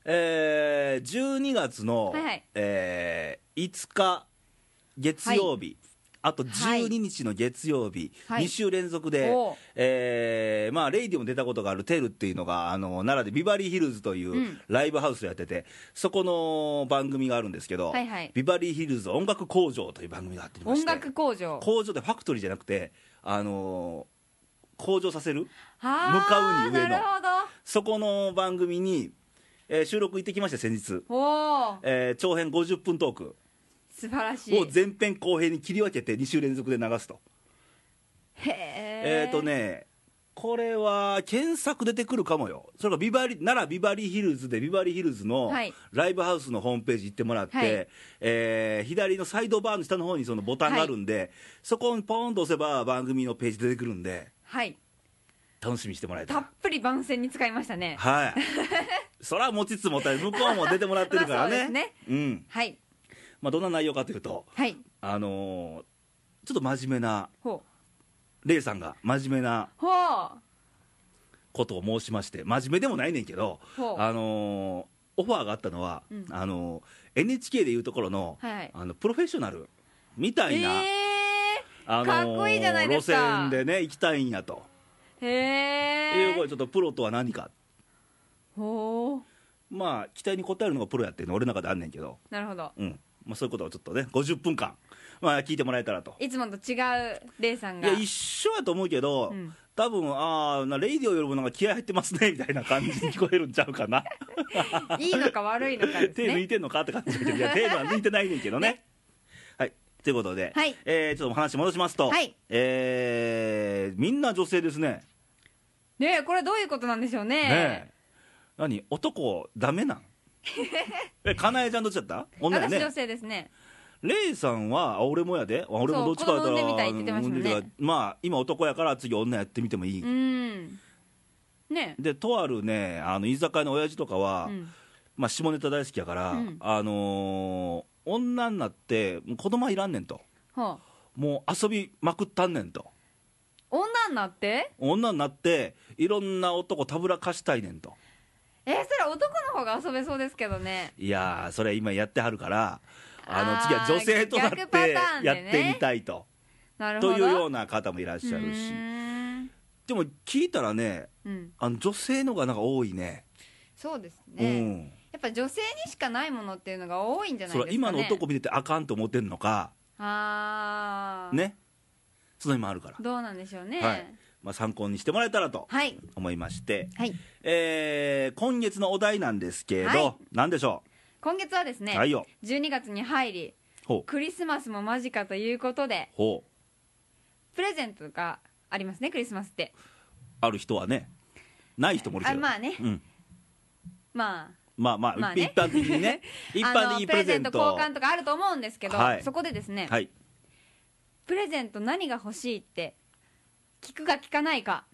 Speaker 1: えー12月の、
Speaker 2: はいはい
Speaker 1: えー5日月曜日、あと12日の月曜日、
Speaker 2: はい
Speaker 1: 2週連続で、
Speaker 2: おう
Speaker 1: えーまあ、レイディも出たことがあるテルっていうのがあの奈良でビバリーヒルズというんうライブハウスをやってて、そこの番組があるんですけど、
Speaker 2: はいはい
Speaker 1: ビバリーヒルズ音楽工場という番組があって
Speaker 2: あ
Speaker 1: まし
Speaker 2: 音
Speaker 1: て
Speaker 2: 楽工場
Speaker 1: 工場でファクトリーじゃなくて、あのー工場させる
Speaker 2: あ
Speaker 1: 向かう
Speaker 2: ー
Speaker 1: に上の
Speaker 2: なるほ
Speaker 1: そこの番組に、えー収録行ってきました先日、
Speaker 2: どおお
Speaker 1: えー長編50分トーク
Speaker 2: 素晴らしい
Speaker 1: を前編後編に切り分けて2週連続で流すと
Speaker 2: へ
Speaker 1: え
Speaker 2: え
Speaker 1: っ、とねこれは検索出てくるかもよそれがビバリ奈良ビバリーヒルズでビバリーヒルズの
Speaker 2: はい
Speaker 1: ライブハウスのホームページ行ってもらって、
Speaker 2: はい
Speaker 1: えー左のサイドバーの下の方にそのボタンがあるんで、そこにポーンと押せば番組のページ出てくるんで
Speaker 2: はい
Speaker 1: 楽しみにしてもらえた
Speaker 2: た
Speaker 1: ら
Speaker 2: っぷり番宣に使いましたね
Speaker 1: はいそれは持ちつ持たれ向こうも出てもらってるから
Speaker 2: まあ
Speaker 1: ね
Speaker 2: そうですね
Speaker 1: うん
Speaker 2: はい
Speaker 1: まあ、どんな内容かというと
Speaker 2: はい
Speaker 1: あのーちょっと真面目な
Speaker 2: ほ
Speaker 1: レイさんが真面目な
Speaker 2: うほう
Speaker 1: ことを申しまして真面目でもないねんけど
Speaker 2: ほう
Speaker 1: あのーオファーがあったのは、
Speaker 2: うん
Speaker 1: あのー NHK でいうところの,、
Speaker 2: はいはい
Speaker 1: あのプロフェッショナルみた
Speaker 2: え
Speaker 1: いな、あのー
Speaker 2: かっこいいじゃないですか
Speaker 1: 路線でね行きたいんやと、
Speaker 2: ーへ
Speaker 1: いうことで
Speaker 2: え
Speaker 1: ちょっとプロとは何か
Speaker 2: ほう
Speaker 1: まあ期待に応えるのがプロやっていうの俺の中であんねんけど、
Speaker 2: なるほど
Speaker 1: うんまあ、そういうことをちょっとね50分間、まあ、聞いてもらえたらと
Speaker 2: いつもと違うレイさん
Speaker 1: い
Speaker 2: が
Speaker 1: や一緒やと思うけど、
Speaker 2: うん
Speaker 1: 多分ああレイディオよりもなんか気合入ってますねみたいな感じ に聞こえるんちゃうかな
Speaker 2: いいのか悪いのかです
Speaker 1: 手抜
Speaker 2: ね
Speaker 1: いてんのかって感じだけどい や手は抜いてないねんけどねはいということで、
Speaker 2: はい
Speaker 1: えーちょっとお話戻しますと、
Speaker 2: はい
Speaker 1: えーみんな女性ですね
Speaker 2: ねえこれはどういうことなんでしょうね
Speaker 1: ねえ何男ダメなん えかなえちゃんどっちだった女や
Speaker 2: 私女
Speaker 1: ね
Speaker 2: 性ですね
Speaker 1: レイさんはあ俺もやであ俺もどっちかやった
Speaker 2: そう子供
Speaker 1: ら
Speaker 2: 産んでみたいって言ってましたもんね
Speaker 1: うん産んでみたいまあ今男やから次女やってみてもいい、
Speaker 2: うんね
Speaker 1: でとあるねあの居酒屋の親父とか
Speaker 2: え、
Speaker 1: は、
Speaker 2: うん、
Speaker 1: まあ、下ネタ大好きやから、
Speaker 2: うん
Speaker 1: あのー女になってもう子供はいらんねんと
Speaker 2: ほう
Speaker 1: もう遊びまくったんねんと
Speaker 2: 女になって
Speaker 1: 女になっていろんな男たぶらかしたいねんと
Speaker 2: えそれ男の方が遊べそうですけどね
Speaker 1: いやーそれ今やってはるからあの
Speaker 2: あー
Speaker 1: 次は女性となって
Speaker 2: 逆パターンで
Speaker 1: やっ
Speaker 2: ね
Speaker 1: てみたいと、
Speaker 2: なるほ
Speaker 1: と
Speaker 2: ど
Speaker 1: いうよ
Speaker 2: う
Speaker 1: うな方もいらっしゃるし
Speaker 2: ーん
Speaker 1: でも聞いたらね
Speaker 2: うん
Speaker 1: あの女性のがなんか多いね
Speaker 2: そうです
Speaker 1: う
Speaker 2: ね
Speaker 1: ん
Speaker 2: やっぱ女性にしかないものっていうのが多いんじゃない
Speaker 1: そ
Speaker 2: です
Speaker 1: れ
Speaker 2: か、
Speaker 1: は今
Speaker 2: ね、
Speaker 1: の男見ててあかんと思ってんのか
Speaker 2: ああ
Speaker 1: ねその辺もあるから、
Speaker 2: どうなんでしょうね
Speaker 1: はいまあ、参考にしてもらえたらと
Speaker 2: はい
Speaker 1: 思いまして、
Speaker 2: はい
Speaker 1: えー今月のお題なんですけど、
Speaker 2: はい
Speaker 1: 何でしょ
Speaker 2: 今月はです
Speaker 1: う、
Speaker 2: ね、
Speaker 1: はいよ
Speaker 2: 12月に入り
Speaker 1: ほう
Speaker 2: クリスマスも間近ということで
Speaker 1: ほう
Speaker 2: プレゼントがありますねクリスマスって
Speaker 1: ある人はねない人もいるけ
Speaker 2: あ
Speaker 1: ど
Speaker 2: まあね
Speaker 1: うん
Speaker 2: まあ
Speaker 1: まあまあ、
Speaker 2: まあね
Speaker 1: 一般的にね 一般的
Speaker 2: あの
Speaker 1: にプレゼント
Speaker 2: 交換とかあると思うんですけど、
Speaker 1: はい
Speaker 2: そこでですね、
Speaker 1: はい
Speaker 2: プレゼント何が欲しいって聞くか聞かないか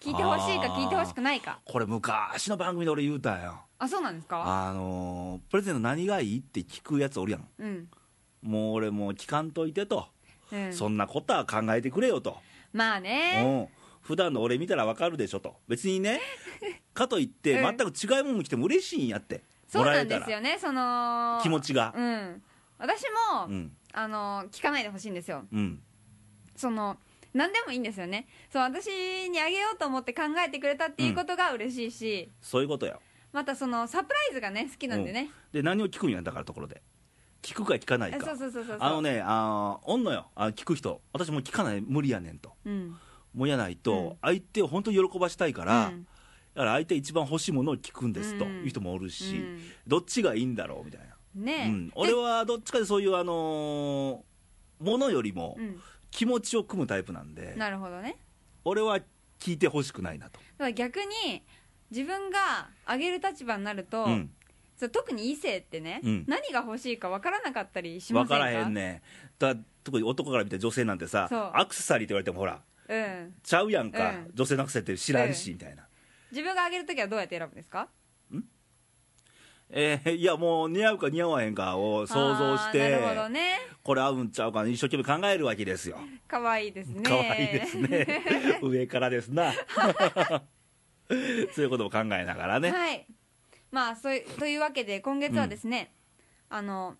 Speaker 2: 聞いてほしいか
Speaker 1: あー
Speaker 2: 聞いてほしくないか
Speaker 1: これ昔の番組で俺言うたんよ
Speaker 2: あそうなんですか
Speaker 1: あのープレゼント何がいいって聞くやつおるやん
Speaker 2: うん、
Speaker 1: もう俺もう聞かんといてと、
Speaker 2: うん、
Speaker 1: そんなことは考えてくれよと、
Speaker 2: まあね
Speaker 1: うん普段の俺見たらわかるでしょと別に ねかといって
Speaker 2: うん
Speaker 1: 全く違いもん来ても嬉しいんやって
Speaker 2: そ
Speaker 1: も
Speaker 2: う
Speaker 1: ら
Speaker 2: な
Speaker 1: え
Speaker 2: ん
Speaker 1: た
Speaker 2: で
Speaker 1: ら
Speaker 2: すよねその
Speaker 1: 気持ちが
Speaker 2: うん私も、
Speaker 1: うん
Speaker 2: あの聞かないでほしいんですよ
Speaker 1: うん
Speaker 2: その何でもいいんですよねそう私にあげようと思って考えてくれたっていうことが嬉しいし、
Speaker 1: そういうことよ
Speaker 2: またそのサプライズがね好きなんでね、
Speaker 1: で何を聞くんやだからところで聞くか聞かない
Speaker 2: え
Speaker 1: か
Speaker 2: そうそうそうそうそう
Speaker 1: あのねあーおんのよあ聞く人私もう聞かない無理やねんと
Speaker 2: うん
Speaker 1: もうやないと、
Speaker 2: うん
Speaker 1: 相手を本当に喜ばしたいから、
Speaker 2: うん
Speaker 1: だから相手一番欲しいものを聞くんですと
Speaker 2: うん
Speaker 1: いう人もおるし、
Speaker 2: うん
Speaker 1: どっちがいいんだろうみたいな、
Speaker 2: ねえ、
Speaker 1: うん、俺はどっちかでそういうあのーものよりも
Speaker 2: でうん
Speaker 1: 気持ちを組むタイプなんで、
Speaker 2: なるほどね
Speaker 1: 俺は聞いてほしくないなと、
Speaker 2: だから逆に自分があげる立場になると、
Speaker 1: うん、
Speaker 2: そう特に異性ってね、
Speaker 1: うん
Speaker 2: 何が欲しいか分からなかったりしま
Speaker 1: 分
Speaker 2: せん
Speaker 1: か
Speaker 2: から
Speaker 1: へんねだ特に男から見た女性なんてさ
Speaker 2: そう
Speaker 1: アクセサリーって言われてもほら
Speaker 2: うん
Speaker 1: ちゃうやんか、
Speaker 2: うん
Speaker 1: 女性のアクセサリーって知らんし、みたいな
Speaker 2: 自分があげるときはどうやって選ぶんですか
Speaker 1: えーいやもう似合うか似合わへんかを想像し
Speaker 2: あー
Speaker 1: て
Speaker 2: なるほどね
Speaker 1: これ合うんちゃうかな一生懸命考えるわけですよ
Speaker 2: 可愛いですね
Speaker 1: 可愛いですね 上からですなそういうことも考えながらね、
Speaker 2: はいまあそういうというわけで今月はですね、あの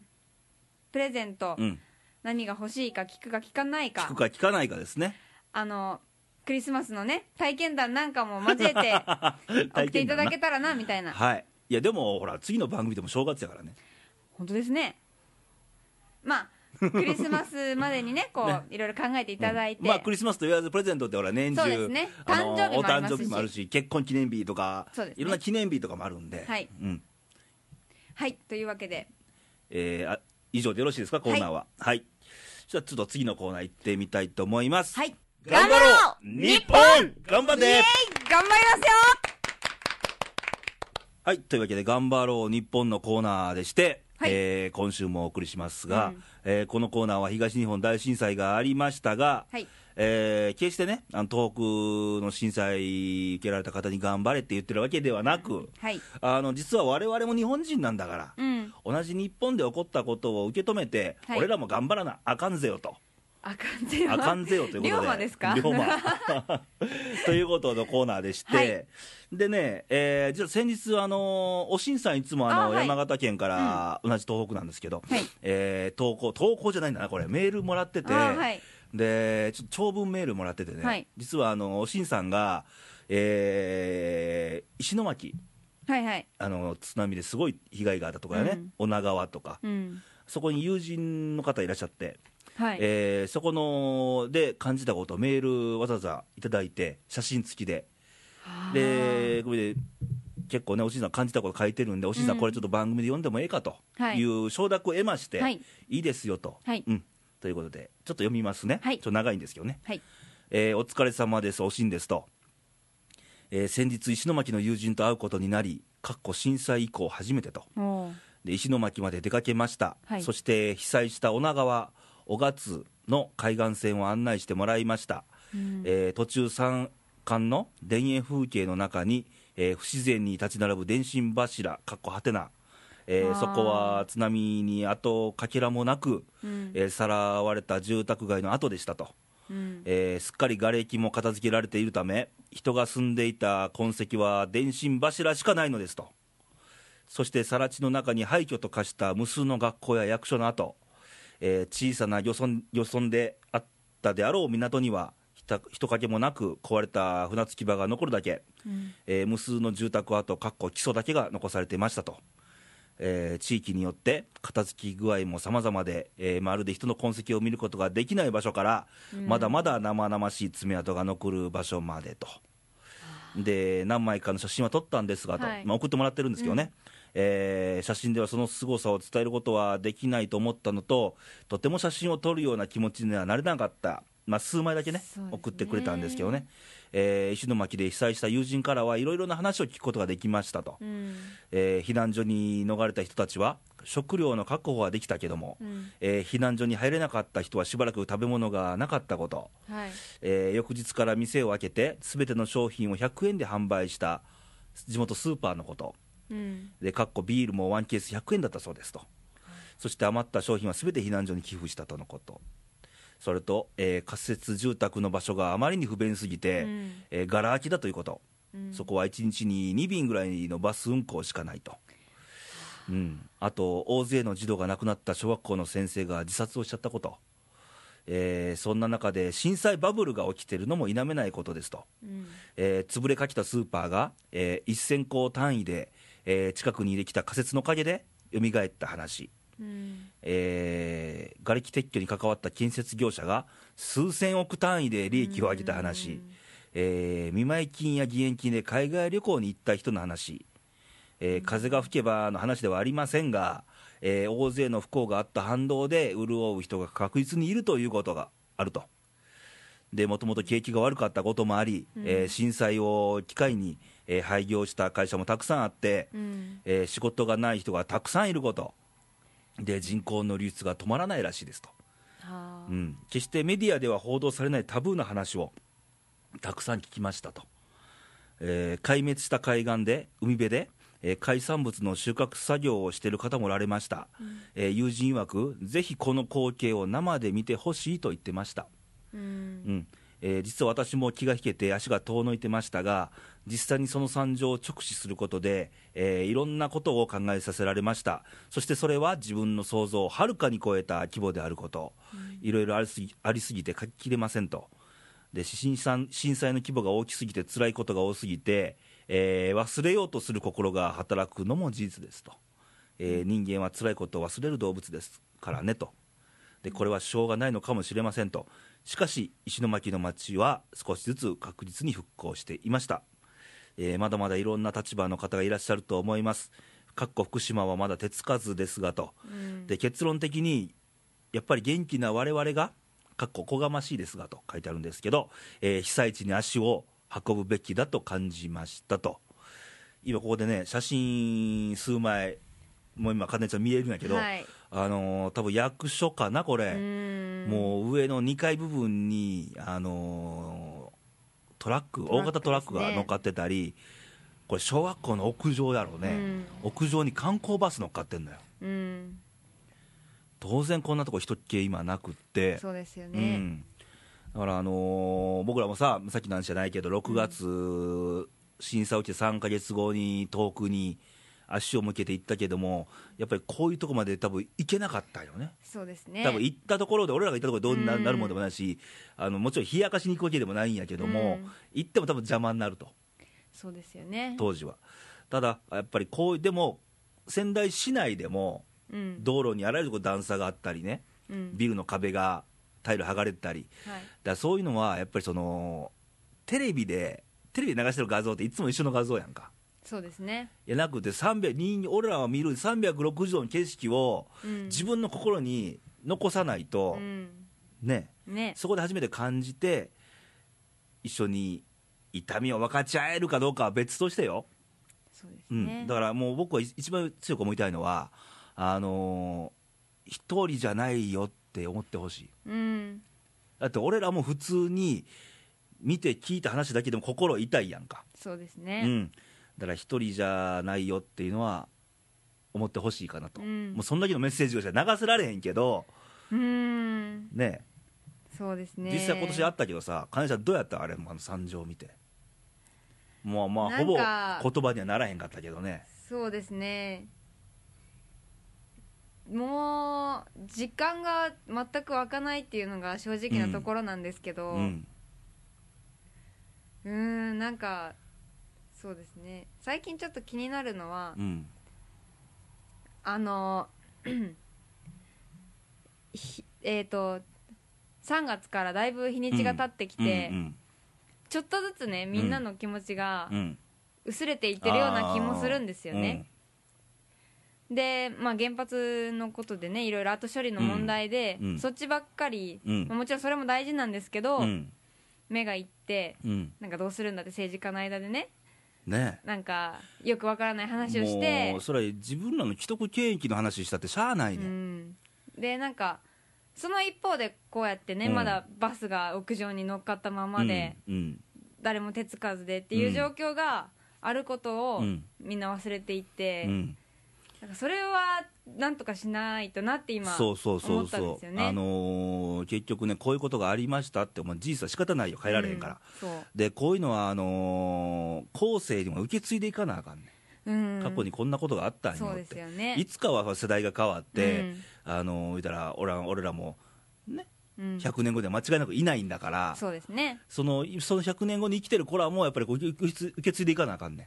Speaker 2: プレゼント、
Speaker 1: うん、
Speaker 2: 何が欲しいか聞くか聞かない
Speaker 1: 聞くか聞かないかですね
Speaker 2: あのクリスマスのね体験談なんか も交えて送っていただけたらなみたいな
Speaker 1: はいいやでもほら次の番組でも正月やからね
Speaker 2: 本当ですねまあクリスマスまでにねこう
Speaker 1: ね
Speaker 2: いろいろ考えていただいて、
Speaker 1: うんまあクリスマスと言わずプレゼントってほら年中
Speaker 2: そうですね
Speaker 1: あの
Speaker 2: 誕生日もありま
Speaker 1: お誕
Speaker 2: すし
Speaker 1: 生日もあるし結婚記念日とか、
Speaker 2: そうですね
Speaker 1: いろんな記念日とかもあるんで、
Speaker 2: はい
Speaker 1: うん
Speaker 2: はいというわけで
Speaker 1: えーあ以上でよろしいですかコーナーははい、じゃあちょっと次のコーナー行ってみたいと思います
Speaker 2: はい
Speaker 1: 頑張ろう日本頑張っ
Speaker 2: イエ
Speaker 1: て
Speaker 2: ーイ頑張ります
Speaker 1: はいというわけで「頑張ろう日本」のコーナーでして、
Speaker 2: はい
Speaker 1: えー今週もお送りしますが、
Speaker 2: うん
Speaker 1: えーこのコーナーは東日本大震災がありましたが、
Speaker 2: はい
Speaker 1: えー決してねあの東北の震災受けられた方に頑張れって言ってるわけではなく
Speaker 2: よはい
Speaker 1: あの実は我々も日本人なんだから、
Speaker 2: うん
Speaker 1: 同じ日本で起こったことを受け止めて、
Speaker 2: はい
Speaker 1: 俺らも頑張らなあかんぜよと。
Speaker 2: あかんぜ よ
Speaker 1: あかんぜよということで。
Speaker 2: 龍馬ですか
Speaker 1: 龍 馬ということのコーナーでして、
Speaker 2: はい
Speaker 1: でね、えー、実は先日、あのーおしんさんいつもあの
Speaker 2: あはい
Speaker 1: 山形県から、同じ東北なんですけど、
Speaker 2: はい
Speaker 1: えー投稿、投稿じゃないんだな、これ、メールもらってて、
Speaker 2: あはい
Speaker 1: でちょっと長文メールもらっててね、
Speaker 2: はい
Speaker 1: 実はあのおしんさんが、えー石巻、
Speaker 2: はいはい
Speaker 1: あの津波ですごい被害があったとかね、
Speaker 2: うん
Speaker 1: 女川とか、
Speaker 2: うん
Speaker 1: そこに友人の方いらっしゃって。
Speaker 2: はい、
Speaker 1: えーそこので感じたことをメールわざわざいただいて写真付きで
Speaker 2: はあ
Speaker 1: でこれで結構ねおしんさん感じたこと書いてるんでおしんさん
Speaker 2: うん
Speaker 1: これちょっと番組で読んでもええかと
Speaker 2: はい
Speaker 1: いう承諾を得まして、
Speaker 2: はいい、
Speaker 1: いですよと、
Speaker 2: はい
Speaker 1: うん、ということでちょっと読みますね、
Speaker 2: はい
Speaker 1: ちょっと長いんですけどね、
Speaker 2: はい
Speaker 1: えーお疲れ様ですおしんですと、えー先日石巻の友人と会うことになりかっこ震災以降初めてと
Speaker 2: おう
Speaker 1: で石巻まで出かけました、
Speaker 2: はい
Speaker 1: そして被災した女川小勝の海岸線を案内してもらいました、
Speaker 2: うん
Speaker 1: えー途中山間の田園風景の中に、えー不自然に立ち並ぶ電信柱かっこはてな、えー
Speaker 2: あー
Speaker 1: そこは津波に後かけらもなく、
Speaker 2: うん
Speaker 1: えーさらわれた住宅街の跡でしたと、
Speaker 2: うん
Speaker 1: えーすっかり瓦礫も片付けられているため人が住んでいた痕跡は電信柱しかないのですとそして更地の中に廃墟と化した無数の学校や役所の跡、えー小さな漁村漁村であったであろう港にはひた人影もなく壊れた船着き場が残るだけ、
Speaker 2: うん
Speaker 1: えー無数の住宅跡かっこ基礎だけが残されていましたと、えー地域によって片付き具合も様々で、えーまるで人の痕跡を見ることができない場所から、まだまだ生々しい爪痕が残る場所までと。で何枚かの写真は撮ったんですがと、
Speaker 2: はい
Speaker 1: まあ送ってもらってるんですけどね、えー写真ではその凄さを伝えることはできないと思ったのととても写真を撮るような気持ちにはなれなかったまあ、数枚だけね
Speaker 2: そうですね
Speaker 1: 送ってくれたんですけどね、えー石巻で被災した友人からはいろいろな話を聞くことができましたと、
Speaker 2: うん
Speaker 1: えー避難所に逃れた人たちは食料の確保はできたけども、
Speaker 2: うん
Speaker 1: えー避難所に入れなかった人はしばらく食べ物がなかったこと、
Speaker 2: はい
Speaker 1: えー翌日から店を開けてすべての商品を100円で販売した地元スーパーのこと
Speaker 2: うん
Speaker 1: でかっこビールもワンケース100円だったそうですとそして余った商品はすべて避難所に寄付したとのことそれと、えー仮設住宅の場所があまりに不便すぎて、
Speaker 2: うん
Speaker 1: えー、ガラ空きだということ、
Speaker 2: うん
Speaker 1: そこは1日に2便ぐらいのバス運行しかないと、うん、あと大勢の児童が亡くなった小学校の先生が自殺をしちゃったこと、えーそんな中で震災バブルが起きてるのも否めないことですと、
Speaker 2: うん
Speaker 1: えー潰れかけたスーパーが、えー1000個単位で、えー近くにできた仮設の陰で蘇った話、
Speaker 2: うん
Speaker 1: えー瓦礫撤去に関わった建設業者が数千億単位で利益を上げた話、えー見舞い金や義援金で海外旅行に行った人の話、えー風が吹けばの話ではありませんが、えー大勢の不幸があった反動で潤う人が確実にいるということがあると。でもともと景気が悪かったこともあり、えー震災を機会に、えー廃業した会社もたくさんあって、
Speaker 2: うん
Speaker 1: えー仕事がない人がたくさんいることで人口の流出が止まらないらしいですと、
Speaker 2: はあ
Speaker 1: うん、決してメディアでは報道されないタブーな話をたくさん聞きましたと、えー壊滅した海岸で海辺で、えー海産物の収穫作業をしている方もおられました、えー友人曰くぜひこの光景を生で見てほしいと言ってました
Speaker 2: うん
Speaker 1: うんえー実は私も気が引けて足が遠のいてましたが実際にその惨状を直視することで、えーいろんなことを考えさせられましたそしてそれは自分の想像をはるかに超えた規模であること、いろいろありすぎありすぎて書ききれませんとで震災震災の規模が大きすぎて辛いことが多すぎて、えー忘れようとする心が働くのも事実ですと、えー人間は辛いことを忘れる動物ですからねとでこれはしょうがないのかもしれませんとしかし石巻の町は少しずつ確実に復興していました、えーまだまだいろんな立場の方がいらっしゃると思いますかっこ福島はまだ手つかずですがと、
Speaker 2: うん
Speaker 1: で結論的にやっぱり元気な我々がかっこおこがましいですがと書いてあるんですけど、えー被災地に足を運ぶべきだと感じましたと今ここでね写真数枚もう今かねちゃん見えるんやけど、
Speaker 2: はい
Speaker 1: あのー多分役所かなこれ、
Speaker 2: うん
Speaker 1: もう上の2階部分に、あのートラック、
Speaker 2: ラック
Speaker 1: 大型トラック
Speaker 2: で
Speaker 1: が
Speaker 2: すね
Speaker 1: 乗っかってたり、これ、小学校の屋上だろうね、屋上に観光バス乗っかってんのよ、
Speaker 2: うん
Speaker 1: 当然こんなとこ人っ気今なくって、
Speaker 2: そうですよ
Speaker 1: う
Speaker 2: ね
Speaker 1: ん、だから、あのー僕らもさ、さっきの話じゃないけど、6月、震災起きて3か月後に遠くに足を向けて行ったけども、やっぱりこういうとこまで多分行けなかったよね。
Speaker 2: そうですね
Speaker 1: 多分行ったところで、俺らが行ったところでどうにな
Speaker 2: うん
Speaker 1: なるものでもないし、あのもちろん冷やかしに行くわけでもないんやけども、
Speaker 2: うん
Speaker 1: 行っても多分邪魔になると、
Speaker 2: そうですよね
Speaker 1: 当時は。ただ、やっぱりこう、でも、仙台市内でも、
Speaker 2: うん
Speaker 1: 道路にあらゆるとこ段差があったりね、
Speaker 2: うん
Speaker 1: ビルの壁が、タイル剥がれてたり、
Speaker 2: は
Speaker 1: だ
Speaker 2: い
Speaker 1: からそういうのはやっぱりその、テレビで、テレビで流してる画像っていつも一緒の画像やんか。
Speaker 2: そうですね
Speaker 1: いやなくて300人俺らは見る360度の景色を
Speaker 2: うん
Speaker 1: 自分の心に残さないと、
Speaker 2: うん
Speaker 1: ね
Speaker 2: ね
Speaker 1: そこで初めて感じて、一緒に痛みを分かち合えるかどうかは別としてよ、
Speaker 2: そうです
Speaker 1: うん
Speaker 2: ね
Speaker 1: だからもう僕はい一番強く思いたいのは、あのー一人じゃないよって思ってほしい、
Speaker 2: うん
Speaker 1: だって俺らも普通に見て聞いた話だけでも心痛いやんか、
Speaker 2: そうです
Speaker 1: う
Speaker 2: ね
Speaker 1: ん、だから一人じゃないよっていうのは思ってほしいかなと、
Speaker 2: うん
Speaker 1: もうそんだけのメッセージがしか流せられへんけど、
Speaker 2: うん
Speaker 1: ね
Speaker 2: そうですね
Speaker 1: 実際今年あったけどさ金井さんどうやったあれあの惨状を見てまあまあほぼ言
Speaker 2: なんか
Speaker 1: 葉にはならへんかったけどね
Speaker 2: そうですねもう時間が全く湧かないっていうのが正直なところなんですけ
Speaker 1: う
Speaker 2: ど、
Speaker 1: ん
Speaker 2: うーんなんかそうですね最近ちょっと気になるのは、
Speaker 1: うん
Speaker 2: あの ひえっ、と3月からだいぶ日にちが経ってきて、
Speaker 1: うん
Speaker 2: ちょっとずつねみんなの気持ちが
Speaker 1: うんうん
Speaker 2: 薄れていってるような気もするんですよね、で、まあ、原発のことでねいろいろ後処理の問題で、
Speaker 1: うんうん
Speaker 2: そっちばっかり、
Speaker 1: うん
Speaker 2: まあもちろんそれも大事なんですけど、
Speaker 1: うん
Speaker 2: 目がいって
Speaker 1: うん
Speaker 2: なんかどうするんだって政治家の間でね
Speaker 1: ね
Speaker 2: なんかよくわからない話をし
Speaker 1: も
Speaker 2: て
Speaker 1: う、それは自分らの既得権益の話したってしゃあな
Speaker 2: う
Speaker 1: いねん、
Speaker 2: ん、でなんかその一方でこうやってね、
Speaker 1: うん
Speaker 2: まだバスが屋上に乗っかったままで、
Speaker 1: うん
Speaker 2: 誰も手つかずでっていう状況があることを
Speaker 1: うん
Speaker 2: みんな忘れていて、
Speaker 1: うん
Speaker 2: なんかそれはなんとかしないとなって今
Speaker 1: そうそうそ
Speaker 2: 思
Speaker 1: う
Speaker 2: ったん
Speaker 1: そ
Speaker 2: で
Speaker 1: う、
Speaker 2: すよね
Speaker 1: あのー結局ね、こういうことがありましたって、もう事実は仕方ないよ、変えられへんから、
Speaker 2: うん
Speaker 1: でこういうのはあのー後世にも受け継いでいかなあかんね、
Speaker 2: そう、うん
Speaker 1: ん、過去にこんなことがあったんよ
Speaker 2: そう
Speaker 1: っ
Speaker 2: です
Speaker 1: て、
Speaker 2: よね
Speaker 1: いつかは世代が変わって、
Speaker 2: うん
Speaker 1: あのー言うたら俺ら俺らも、ね、
Speaker 2: うん
Speaker 1: 100年後では間違いなくいないんだから、
Speaker 2: そうですね
Speaker 1: そのその100年後に生きてる子らもやっぱりこう受け受け継いでいかなあかんねん。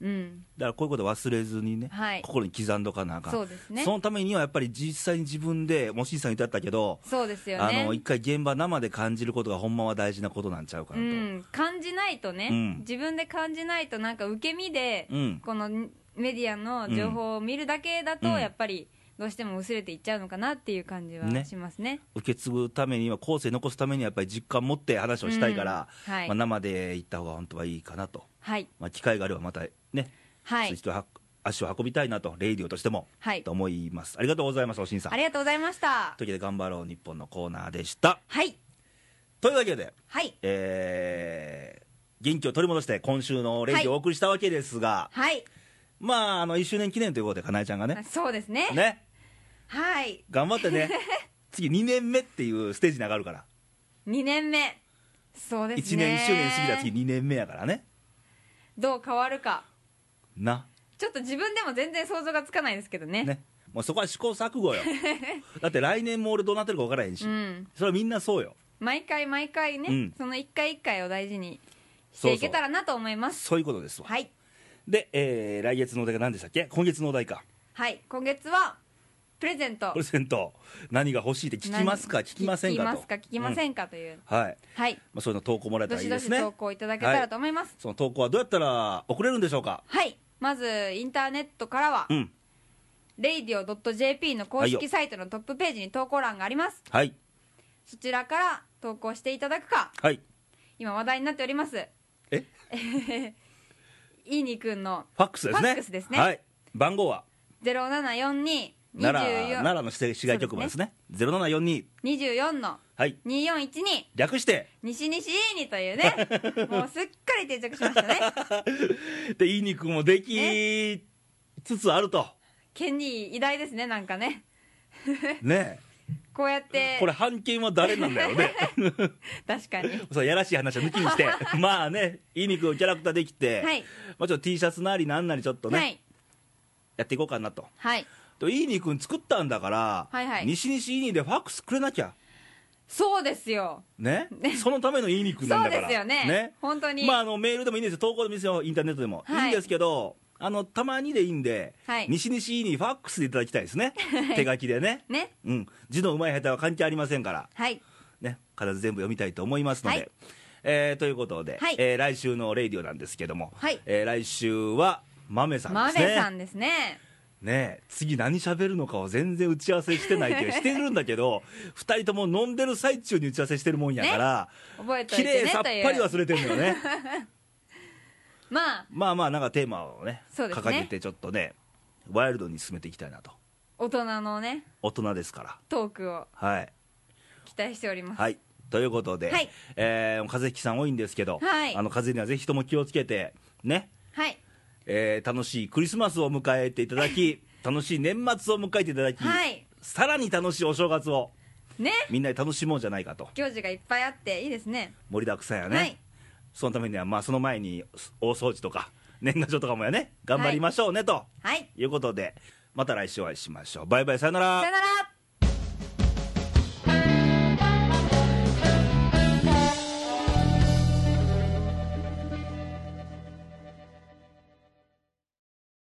Speaker 2: うん
Speaker 1: だからこういうこと忘れずにね、
Speaker 2: はい
Speaker 1: 心に刻んどかなあかん
Speaker 2: そうですね
Speaker 1: そのためにはやっぱり実際に自分でもうしんさん言ってあったけど、
Speaker 2: そうですよ
Speaker 1: あ
Speaker 2: ね
Speaker 1: の一回現場生で感じることがほんまは大事なことなんちゃうか
Speaker 2: う
Speaker 1: なと、うん
Speaker 2: ん、感じないとね、
Speaker 1: うん
Speaker 2: 自分で感じないとなんか受け身で、このメディアの情報を見るだけだと、
Speaker 1: うん
Speaker 2: やっぱりどうしても薄れていっちゃうのかなっていう感じは
Speaker 1: ね
Speaker 2: しますね。
Speaker 1: 受け継ぐためには後世に残すためにはやっぱり実感持って話をしたいから、
Speaker 2: うんはい
Speaker 1: まあ、生で行った方が本当はいいかなと、
Speaker 2: はい、
Speaker 1: まあ、機会があればまたね、そ
Speaker 2: は
Speaker 1: う
Speaker 2: い
Speaker 1: い、う人は足を運びたいなとレイディオとしても、
Speaker 2: はい
Speaker 1: と、思いますありがとうございますおしんさん
Speaker 2: ありがとうございました。
Speaker 1: というわけで「頑張ろう日本」のコーナーでした
Speaker 2: はい、
Speaker 1: というわけで
Speaker 2: はい、
Speaker 1: えー元気を取り戻して今週のレイディオをお送りしたわけですが、
Speaker 2: はい、
Speaker 1: まああの1周年記念ということでかなえちゃんがね
Speaker 2: あそうですね。
Speaker 1: ね
Speaker 2: はい、
Speaker 1: 頑張ってね 次2年目っていうステージに上がるから、
Speaker 2: 2年目、そうですね。
Speaker 1: 1年1周年過ぎたら次2年目やからね
Speaker 2: どう変わるか、
Speaker 1: な
Speaker 2: ちょっと自分でも全然想像がつかないですけどね。
Speaker 1: ねもうそこは試行錯 誤よだって来年も俺どうなってるか分からへんし、
Speaker 2: うん、
Speaker 1: それはみんなそうよ
Speaker 2: 毎回毎回ね、
Speaker 1: うん
Speaker 2: その一回一回を大事にしていけたらなと思います。
Speaker 1: そういうことですわ、
Speaker 2: はい。
Speaker 1: で、えー来月のお題が何でしたっけ今月のお題か
Speaker 2: はい、今月はプレゼント
Speaker 1: プレゼント何が欲しいって聞きますか
Speaker 2: 何
Speaker 1: 聞きませんかと
Speaker 2: 聞きますか聞きませ
Speaker 1: うん
Speaker 2: んかという、
Speaker 1: はい、
Speaker 2: はい
Speaker 1: まあ、そういうの投稿もらえた
Speaker 2: ど
Speaker 1: らい
Speaker 2: し
Speaker 1: い
Speaker 2: ど
Speaker 1: です
Speaker 2: し
Speaker 1: ね
Speaker 2: 投稿いただけたらと思います
Speaker 1: その投稿はどうやったら送れるんでしょうか
Speaker 2: はい、まずインターネットからは
Speaker 1: うん
Speaker 2: radio.jp の公
Speaker 1: はい
Speaker 2: 式
Speaker 1: よ
Speaker 2: サイトのトップページに投稿欄があります
Speaker 1: はい
Speaker 2: そちらから投稿していただくか
Speaker 1: はい
Speaker 2: 今話題になっております
Speaker 1: え
Speaker 2: いいにくんの
Speaker 1: ファックスですね
Speaker 2: ファックスですね
Speaker 1: はい番号は
Speaker 2: 0742
Speaker 1: 奈良奈良の市市街局番ですね0742
Speaker 2: 24の
Speaker 1: はい
Speaker 2: 2412
Speaker 1: 略して
Speaker 2: 西西いいにというね もうすっかり定着しましたね
Speaker 1: でいい肉もできつつあると
Speaker 2: 権利偉大ですねなんかね
Speaker 1: ね
Speaker 2: こうやって
Speaker 1: これ判件は誰なんだよ ね
Speaker 2: 確かに
Speaker 1: そうやらしい話は抜きに してまあねいい肉のキャラクターできて、
Speaker 2: はい
Speaker 1: まあ、ちょっと T シャツなりなんなりちょっとね、
Speaker 2: はい
Speaker 1: やっていこうかなと
Speaker 2: はい
Speaker 1: といい肉作ったんだから、
Speaker 2: はいはい
Speaker 1: 西西いいにでファックスくれなきゃ
Speaker 2: そうですよ
Speaker 1: ねそのためのいい肉なん
Speaker 2: そ
Speaker 1: だ
Speaker 2: う
Speaker 1: から
Speaker 2: ですよね本当に、
Speaker 1: まあ、あのメールでもいいんですよ、投稿でもいいですよ、インターネットでも、
Speaker 2: は
Speaker 1: い、
Speaker 2: い
Speaker 1: いんですけど、あのたまにでいいんで、
Speaker 2: はい
Speaker 1: 西西にファックスでいただきたいです ね、手書きでね、
Speaker 2: ね
Speaker 1: うん、字のうまい下手は関係ありませんから、
Speaker 2: はい
Speaker 1: ね、必ず全部読みたいと思いますので。
Speaker 2: はい
Speaker 1: えーということで、
Speaker 2: はい
Speaker 1: えー来週のレイディオなんですけども、
Speaker 2: はい
Speaker 1: えー来週は豆さん
Speaker 2: マ
Speaker 1: ですね
Speaker 2: メさんですね
Speaker 1: ねえ次何喋るのかを全然打ち合わせしてないっていうしてるんだけ ど2人とも飲んでる最中に打ち合わせしてるもんやから、
Speaker 2: 覚えておい
Speaker 1: 綺
Speaker 2: て
Speaker 1: 麗
Speaker 2: ね
Speaker 1: さっぱ
Speaker 2: と
Speaker 1: り
Speaker 2: いう
Speaker 1: 忘れてるのよね。
Speaker 2: まあ
Speaker 1: まあまあなんかテーマをね
Speaker 2: そうですね
Speaker 1: 掲げてちょっとねワイルドに進めていきたいなと
Speaker 2: 大人のね
Speaker 1: 大人ですから
Speaker 2: トークを
Speaker 1: はい
Speaker 2: 期待しております
Speaker 1: はいということで、
Speaker 2: はい
Speaker 1: えー、風邪ひきさん多いんですけど、
Speaker 2: はい
Speaker 1: あの風邪にはぜひとも気をつけてね、
Speaker 2: はい
Speaker 1: えー楽しいクリスマスを迎えていただ き楽しい年末を迎えていただき、
Speaker 2: はい
Speaker 1: さらに楽しいお正月を
Speaker 2: ね
Speaker 1: みんなで楽しもうじゃないかと
Speaker 2: 行事がいっぱいあっていいですね
Speaker 1: 盛りだくさんやね、
Speaker 2: はい
Speaker 1: そのためにはまあその前に大掃除とか 年賀状とかもやね頑張りましょうね、と
Speaker 2: はい
Speaker 1: いうことでまた来週お会いしましょうバイバイさよなら
Speaker 2: さよなら